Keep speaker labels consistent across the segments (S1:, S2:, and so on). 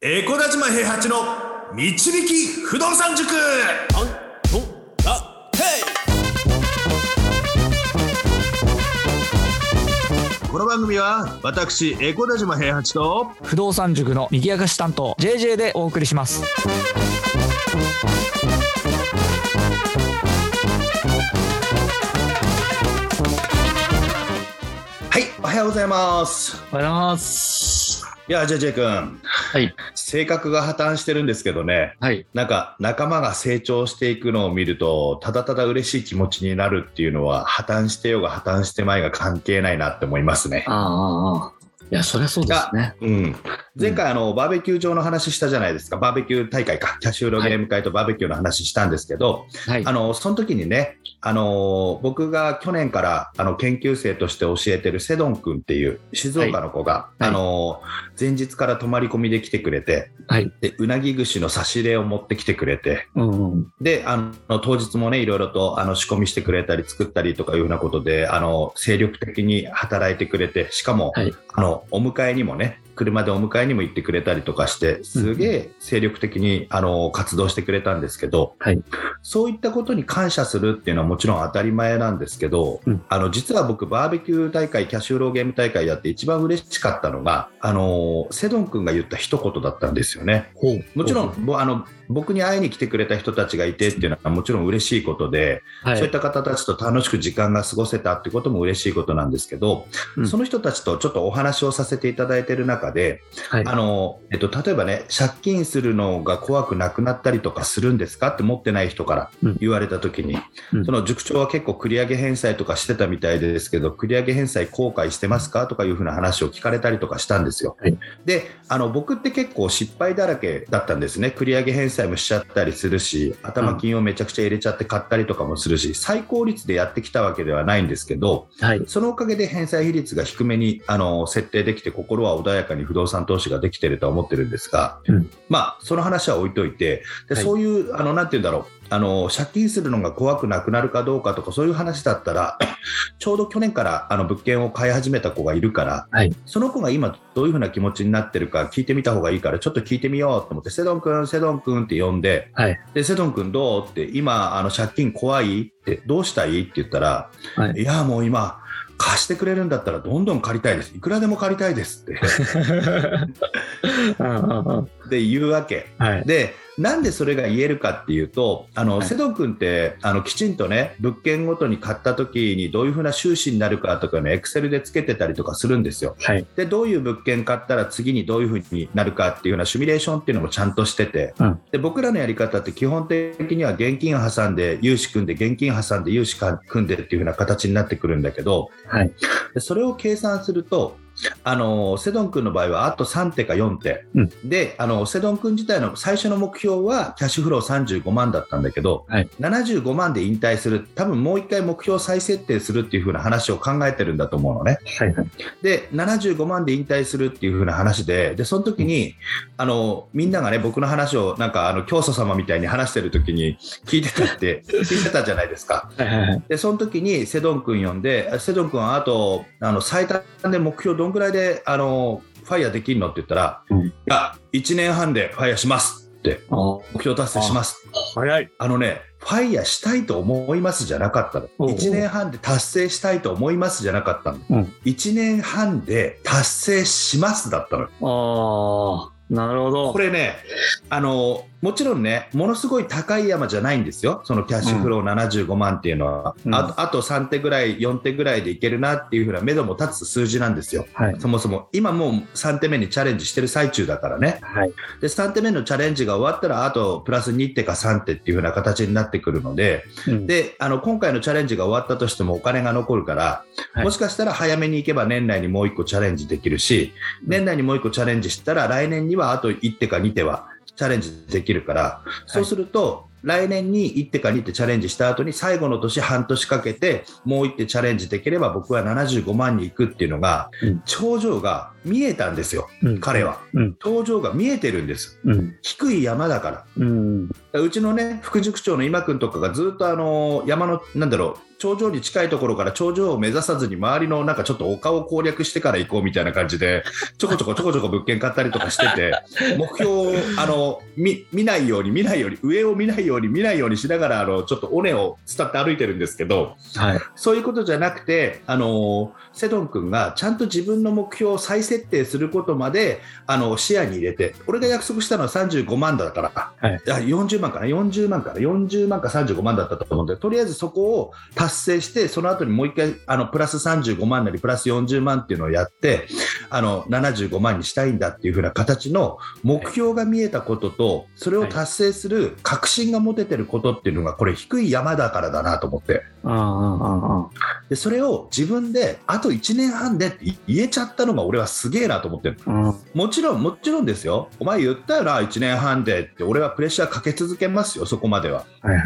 S1: エコダ島平八の導き不動産塾
S2: アントンラヘ
S1: この番組は私エコダ島平八と
S3: 不動産塾の右明かし担当 JJ でお送りします
S1: はいおはようございます
S3: おはようございます
S1: いや JJ 君
S3: はい
S1: 性格が破綻してるんですけどね
S3: はい
S1: なんか仲間が成長していくのを見るとただただ嬉しい気持ちになるっていうのは破綻してようが破綻してまいが関係ないなって思いますね
S3: ああああいやそりゃそうですね
S1: うん、前回あの、バーベキュー場の話したじゃないですか、バーベキュー大会か、キャシューロゲーム会とバーベキューの話したんですけど、
S3: はい
S1: あのその時にね、あの僕が去年からあの研究生として教えてるセドン君っていう静岡の子が、
S3: はい
S1: あの前日から泊まり込みで来てくれて、
S3: はい
S1: でうなぎ串の差し入れを持ってきてくれて、
S3: うんうん
S1: であの当日もねいろいろとあの仕込みしてくれたり作ったりとかいうようなことであの精力的に働いてくれてしかも、
S3: はい
S1: あのお迎えにもね車でお迎えにも行ってくれたりとかしてすげえ精力的にあの活動してくれたんですけど、
S3: はい
S1: そういったことに感謝するっていうのはもちろん当たり前なんですけど、
S3: うん
S1: あの実は僕バーベキュー大会キャシューローゲーム大会やって一番嬉しかったのがあのセドン君が言った一言だったんですよね。
S3: ほう
S1: もちろん、ぼあの僕に会いに来てくれた人たちがいてっていうのはもちろん嬉しいことで、
S3: は
S1: そういった方たちと楽しく時間が過ごせたってことも嬉しいことなんですけど、
S3: うん
S1: その人たちとちょっとお話をさせていただいている中で、
S3: はい
S1: あのえっと、例えばね借金するのが怖くなくなったりとかするんですかって持ってない人から
S3: うん
S1: 言われた時に、
S3: うん
S1: その塾長は結構繰り上げ返済とかしてたみたいですけど繰り上げ返済後悔してますかとかいうふうな話を聞かれたりとかしたんですよ。
S3: はい
S1: であの僕って結構失敗だらけだったんですね繰り上げ返済もしちゃったりするし頭金をめちゃくちゃ入れちゃって買ったりとかもするし最高率でやってきたわけではないんですけど、
S3: はい
S1: そのおかげで返済比率が低めにあの設定できて心は穏やかに不動産投資ができてるとは思ってるんですが、
S3: うん
S1: まあその話は置いといてで、
S3: はい
S1: そういうあのなんて言うんだろうあの借金するのが怖くなくなるかどうかとかそういう話だったら ちょうど去年からあの物件を買い始めた子がいるから、
S3: はい
S1: その子が今どういうふうな気持ちになってるか聞いてみた方がいいからちょっと聞いてみようと思って「セドン君セドン君」って呼んで「
S3: はい
S1: でセドン君どう?」って「今あの借金怖い?」って「どうしたい?」って言ったら
S3: はい
S1: いや、もう今、貸してくれるんだったらどんどん借りたいです。いくらでも借りたいですっ
S3: うんうんうん
S1: てで言うわけ。
S3: はい
S1: で、なんでそれが言えるかっていうと、あの、
S3: はい
S1: 瀬戸君って、あの、きちんとね、物件ごとに買った時にどういうふうな収支になるかとかね、エクセルでつけてたりとかするんですよ。
S3: はい
S1: で、どういう物件買ったら次にどういうふうになるかっていうようなシミュレーションっていうのもちゃんとしてて、
S3: うん
S1: で、僕らのやり方って基本的には現金挟んで融資組んで、現金挟んで融資組んでっていうふうな形になってくるんだけど、
S3: はい
S1: でそれを計算すると、あのセドン君の場合はあと3手か4手、
S3: うん
S1: であのセドン君自体の最初の目標はキャッシュフロー35万だったんだけど、
S3: はい
S1: 75万で引退する多分もう一回目標再設定するっていう風な話を考えてるんだと思うのね
S3: はいはい
S1: で75万で引退するっていう風な話ででその時にあのみんながね僕の話をなんかあの教祖様みたいに話してる時に聞いてたって聞いてたじゃないですか。
S3: はいはい
S1: でその時にセドン君呼んであセドン君はあとあの最短で目標どんぐらいであのファイヤーできるのって言ったら、
S3: うん
S1: いや1年半でファイヤーしますって
S3: あ
S1: 目標達成します
S3: 早い
S1: あのねファイヤーしたいと思いますじゃなかったの
S3: おうおう
S1: 1年半で達成したいと思いますじゃなかったの、
S3: うん
S1: 1年半で達成しますだったの
S3: ああなるほど
S1: これねあのもちろんねものすごい高い山じゃないんですよそのキャッシュフロー75万っていうのは、
S3: うん
S1: あとあと3手ぐらい4手ぐらいでいけるなっていうふうな目処も立つ数字なんですよ
S3: はい
S1: そもそも今もう3手目にチャレンジしてる最中だからね
S3: はい
S1: で3手目のチャレンジが終わったらあとプラス2手か3手っていうふうな形になってくるので
S3: うん
S1: であの今回のチャレンジが終わったとしてもお金が残るから、
S3: はい
S1: もしかしたら早めに行けば年内にもう1個チャレンジできるし
S3: うん
S1: 年内にもう1個チャレンジしたら来年にはあと1手か2手はチャレンジできるからそうすると、来年に1手か2手チャレンジした後に最後の年半年かけてもう1手チャレンジできれば僕は75万に行くっていうのが、
S3: うん
S1: 頂上が見えたんですよ、
S4: うん
S1: 彼は。
S4: うん
S1: 頂上が見えてるんです。
S4: うん
S1: 低い山だから。だか
S4: うん
S1: らうちのね、副塾長の今君とかがずっとあの山の、なんだろう、頂上に近いところから頂上を目指さずに、周りのなんかちょっと丘を攻略してから行こうみたいな感じで、ちょこちょこちょこちょこ物件買ったりとかしてて、目標をあの見見ないように、見ないように、上を見ないように、見ないようにしながら、あのちょっと尾根を伝って歩いてるんですけど、
S4: はい
S1: そういうことじゃなくて、あのセドン君がちゃんと自分の目標を再設定することまであの視野に入れて、俺が約束したのは35万だから、
S4: はい
S1: あ40万かな、40万かな、40万か35万だったと思うんで、とりあえずそこを達成して、その後にもう一回あのプラス35万なり、プラス40万っていうのをやって、あの75万にしたいんだっていう風な形の目標が見えたことと、それを達成する確信が持ててることっていうのが、これ、低い山だからだなと思って。
S4: ああああ
S1: でそれを自分であと1年半でって言えちゃったのが俺はすげえなと思ってる
S4: ああ
S1: もちろんもちろんですよお前言ったよな1年半でって俺はプレッシャーかけ続けますよそこまでは
S4: はいはい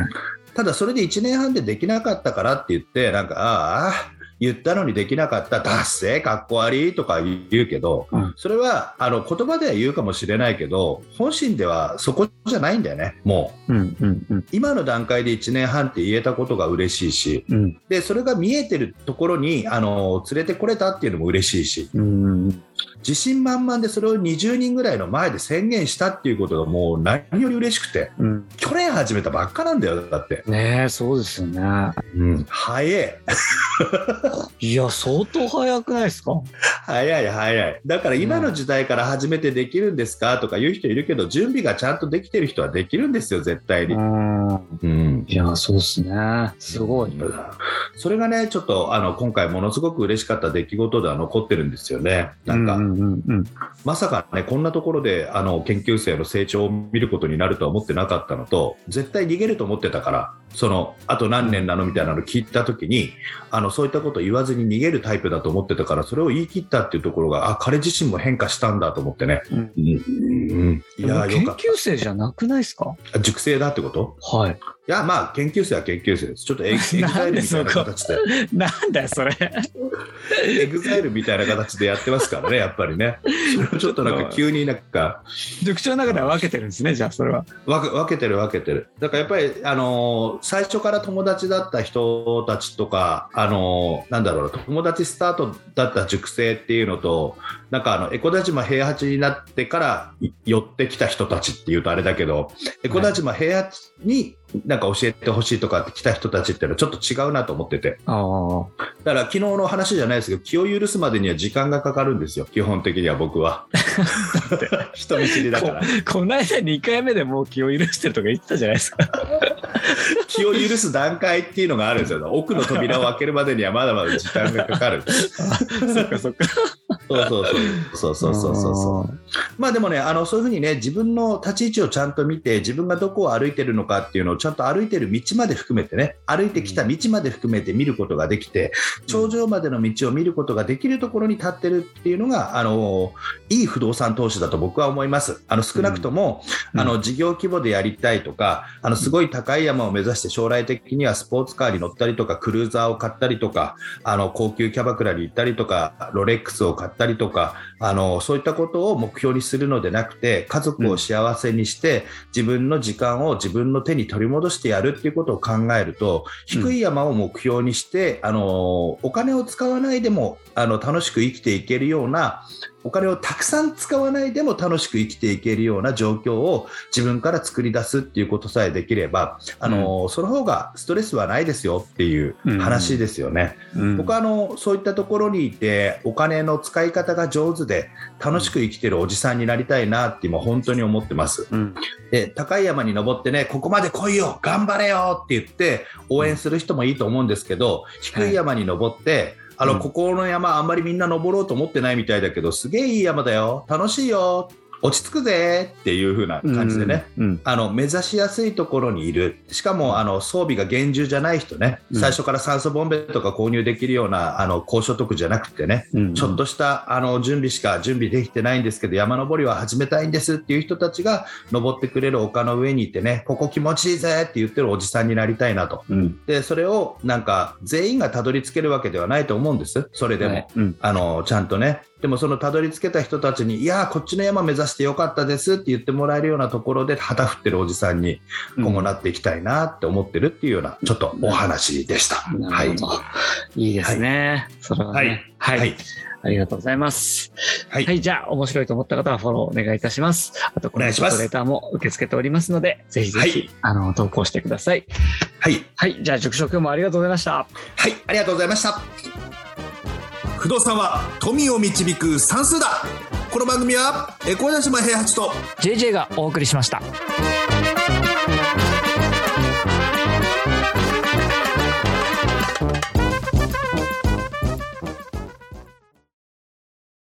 S1: ただそれで1年半でできなかったからって言ってなんかああ言ったのにできなかった達成かっこ悪いとか言うけど、
S4: うん
S1: それはあの言葉では言うかもしれないけど本心ではそこじゃないんだよねもう
S4: うんうんうん
S1: 今の段階で1年半って言えたことが嬉しいし
S4: うん
S1: でそれが見えてるところにあの連れてこれたっていうのも嬉しいし
S4: うん
S1: 自信満々でそれを20人ぐらいの前で宣言したっていうことがもう何より嬉しくて
S4: うん
S1: 去年始めたばっかなんだよだって、
S4: ねえそうですよね
S1: うん、早え
S4: いや相当早くないですか
S1: 早い早いだから今の時代から始めてできるんですかとか言う人いるけど準備がちゃんとできてる人はできるんですよ絶対に、
S4: ん
S1: うん、
S4: いやそうですねすごい
S1: それがねちょっとあの今回ものすごく嬉しかった出来事では残ってるんですよねなんか、
S4: うんうんうん
S1: まさかね、こんなところであの研究生の成長を見ることになるとは思ってなかったのと、絶対逃げると思ってたから、そのあと何年なのみたいなの聞いたときにあの、そういったこと言わずに逃げるタイプだと思ってたから、それを言い切ったっていうところが、あ彼自身も変化したんだと思ってね、
S4: うん
S1: うんうん、いや
S4: もう
S1: ー、
S4: 研
S1: よかっ
S4: 究生じゃなくないですか
S1: た、熟成だってこと
S4: はい。
S1: いや、まあ、研究生は研究生です、ちょっとエグエグザイルみたいな形で、
S4: なんだよ、それ。
S1: エグザイルみたいな形でやってますからね、やっぱりね、それをちょっとなんか急になんか。
S4: 塾長の中では分けてるんですね、じゃあ、それは。
S1: 分け分けてる分けてるだからやっぱり、あのー最初から友達だった人たちとか、あのーなんだろうな友達スタートだった塾生っていうのとなんかあのエコダ島平八になってからい寄ってきた人たちっていうとあれだけどエコダ島平八になんか教えてほしいとかって来た人たちっていうのはちょっと違うなと思ってて
S4: ああ。
S1: だから昨日の話じゃないですけど気を許すまでには時間がかかるんですよ基本的には僕は人見知りだから
S4: この間2回目でもう気を許してるとか言ってたじゃないですか。
S1: 気を許す段階っていうのがあるんですよ。奥の扉を開けるまでにはまだまだ時間がかかる。
S4: そっかそっか。
S1: そうそうそう。そうそうそうそうそう。まあでもね、あのそういうふうにね、自分の立ち位置をちゃんと見て、自分がどこを歩いてるのかっていうのをちゃんと歩いてる道まで含めてね、歩いてきた道まで含めて見ることができて、頂上までの道を見ることができるところに立ってるっていうのが、あの、いい不動産投資だと僕は思います。あの少なくとも、
S4: うん
S1: あの事業規模でやりたいとか、あのすごい高い山を目指して将来的にはスポーツカーに乗ったりとか、クルーザーを買ったりとか、あの高級キャバクラに行ったりとか、ロレックスを買ったりとか、あのそういったことを目標にするのでなくて、家族を幸せにして、自分の時間を自分の手に取り戻してやるっていうことを考えると、
S4: うん
S1: 低い山を目標にして、あのお金を使わないでもあの楽しく生きていけるようなお金をたくさん使わないでも楽しく生きていけるような状況を自分から作り出すっていうことさえできれば、あのその方がストレスはないですよっていう話ですよね。
S4: うん
S1: 僕はあのそういったところにいてお金の使い方が上手で楽しく生きてるおじさんになりたいなって今本当に思ってます。
S4: うん
S1: で高い山に登ってねここまで来いよ頑張れよって言って応援する人もいいと思うんですけど、低い山に登って、あ
S4: う
S1: の
S4: ん
S1: ここの山あんまりみんな登ろうと思ってないみたいだけどすげえいい山だよ楽しいよ落ち着くぜっていう風な感じでね。。
S4: うん。
S1: あの目指しやすいところにいる、しかもあの装備が厳重じゃない人ね、
S4: うん
S1: 最初から酸素ボンベとか購入できるようなあの高所得じゃなくてね、
S4: うん
S1: ちょっとしたあの準備しか準備できてないんですけど、山登りは始めたいんですっていう人たちが登ってくれる丘の上にいてね、ここ気持ちいいぜって言ってるおじさんになりたいなと。
S4: うん。
S1: で、それをなんか全員がたどり着けるわけではないと思うんです、それでも。
S4: はいうん
S1: あのちゃんとねでもそのたどり着けた人たちに「いやーこっちの山目指してよかったです」って言ってもらえるようなところで旗振ってるおじさんに今後なっていきたいなって思ってるっていうようなちょっとお話でした。
S4: な
S1: は
S4: る
S1: い
S4: ほど。い、いですね。それはね、はい。
S1: はい
S4: ありがとうございます。
S1: は
S4: はいい、じゃあ、面白いと思った方はフォローお願いいたします。あと、こ
S1: お
S4: の
S1: 願いします
S4: レターも受け付けておりますので、ぜひぜひ、
S1: はい
S4: あの、投稿してください。
S1: はい、
S4: はい、じゃあ、塾長今日もありがとうございました。
S1: はい、ありがとうございました。
S2: 不動産は富を導く算数だこの番組はエコーダ島平八と
S3: JJ がお送りしました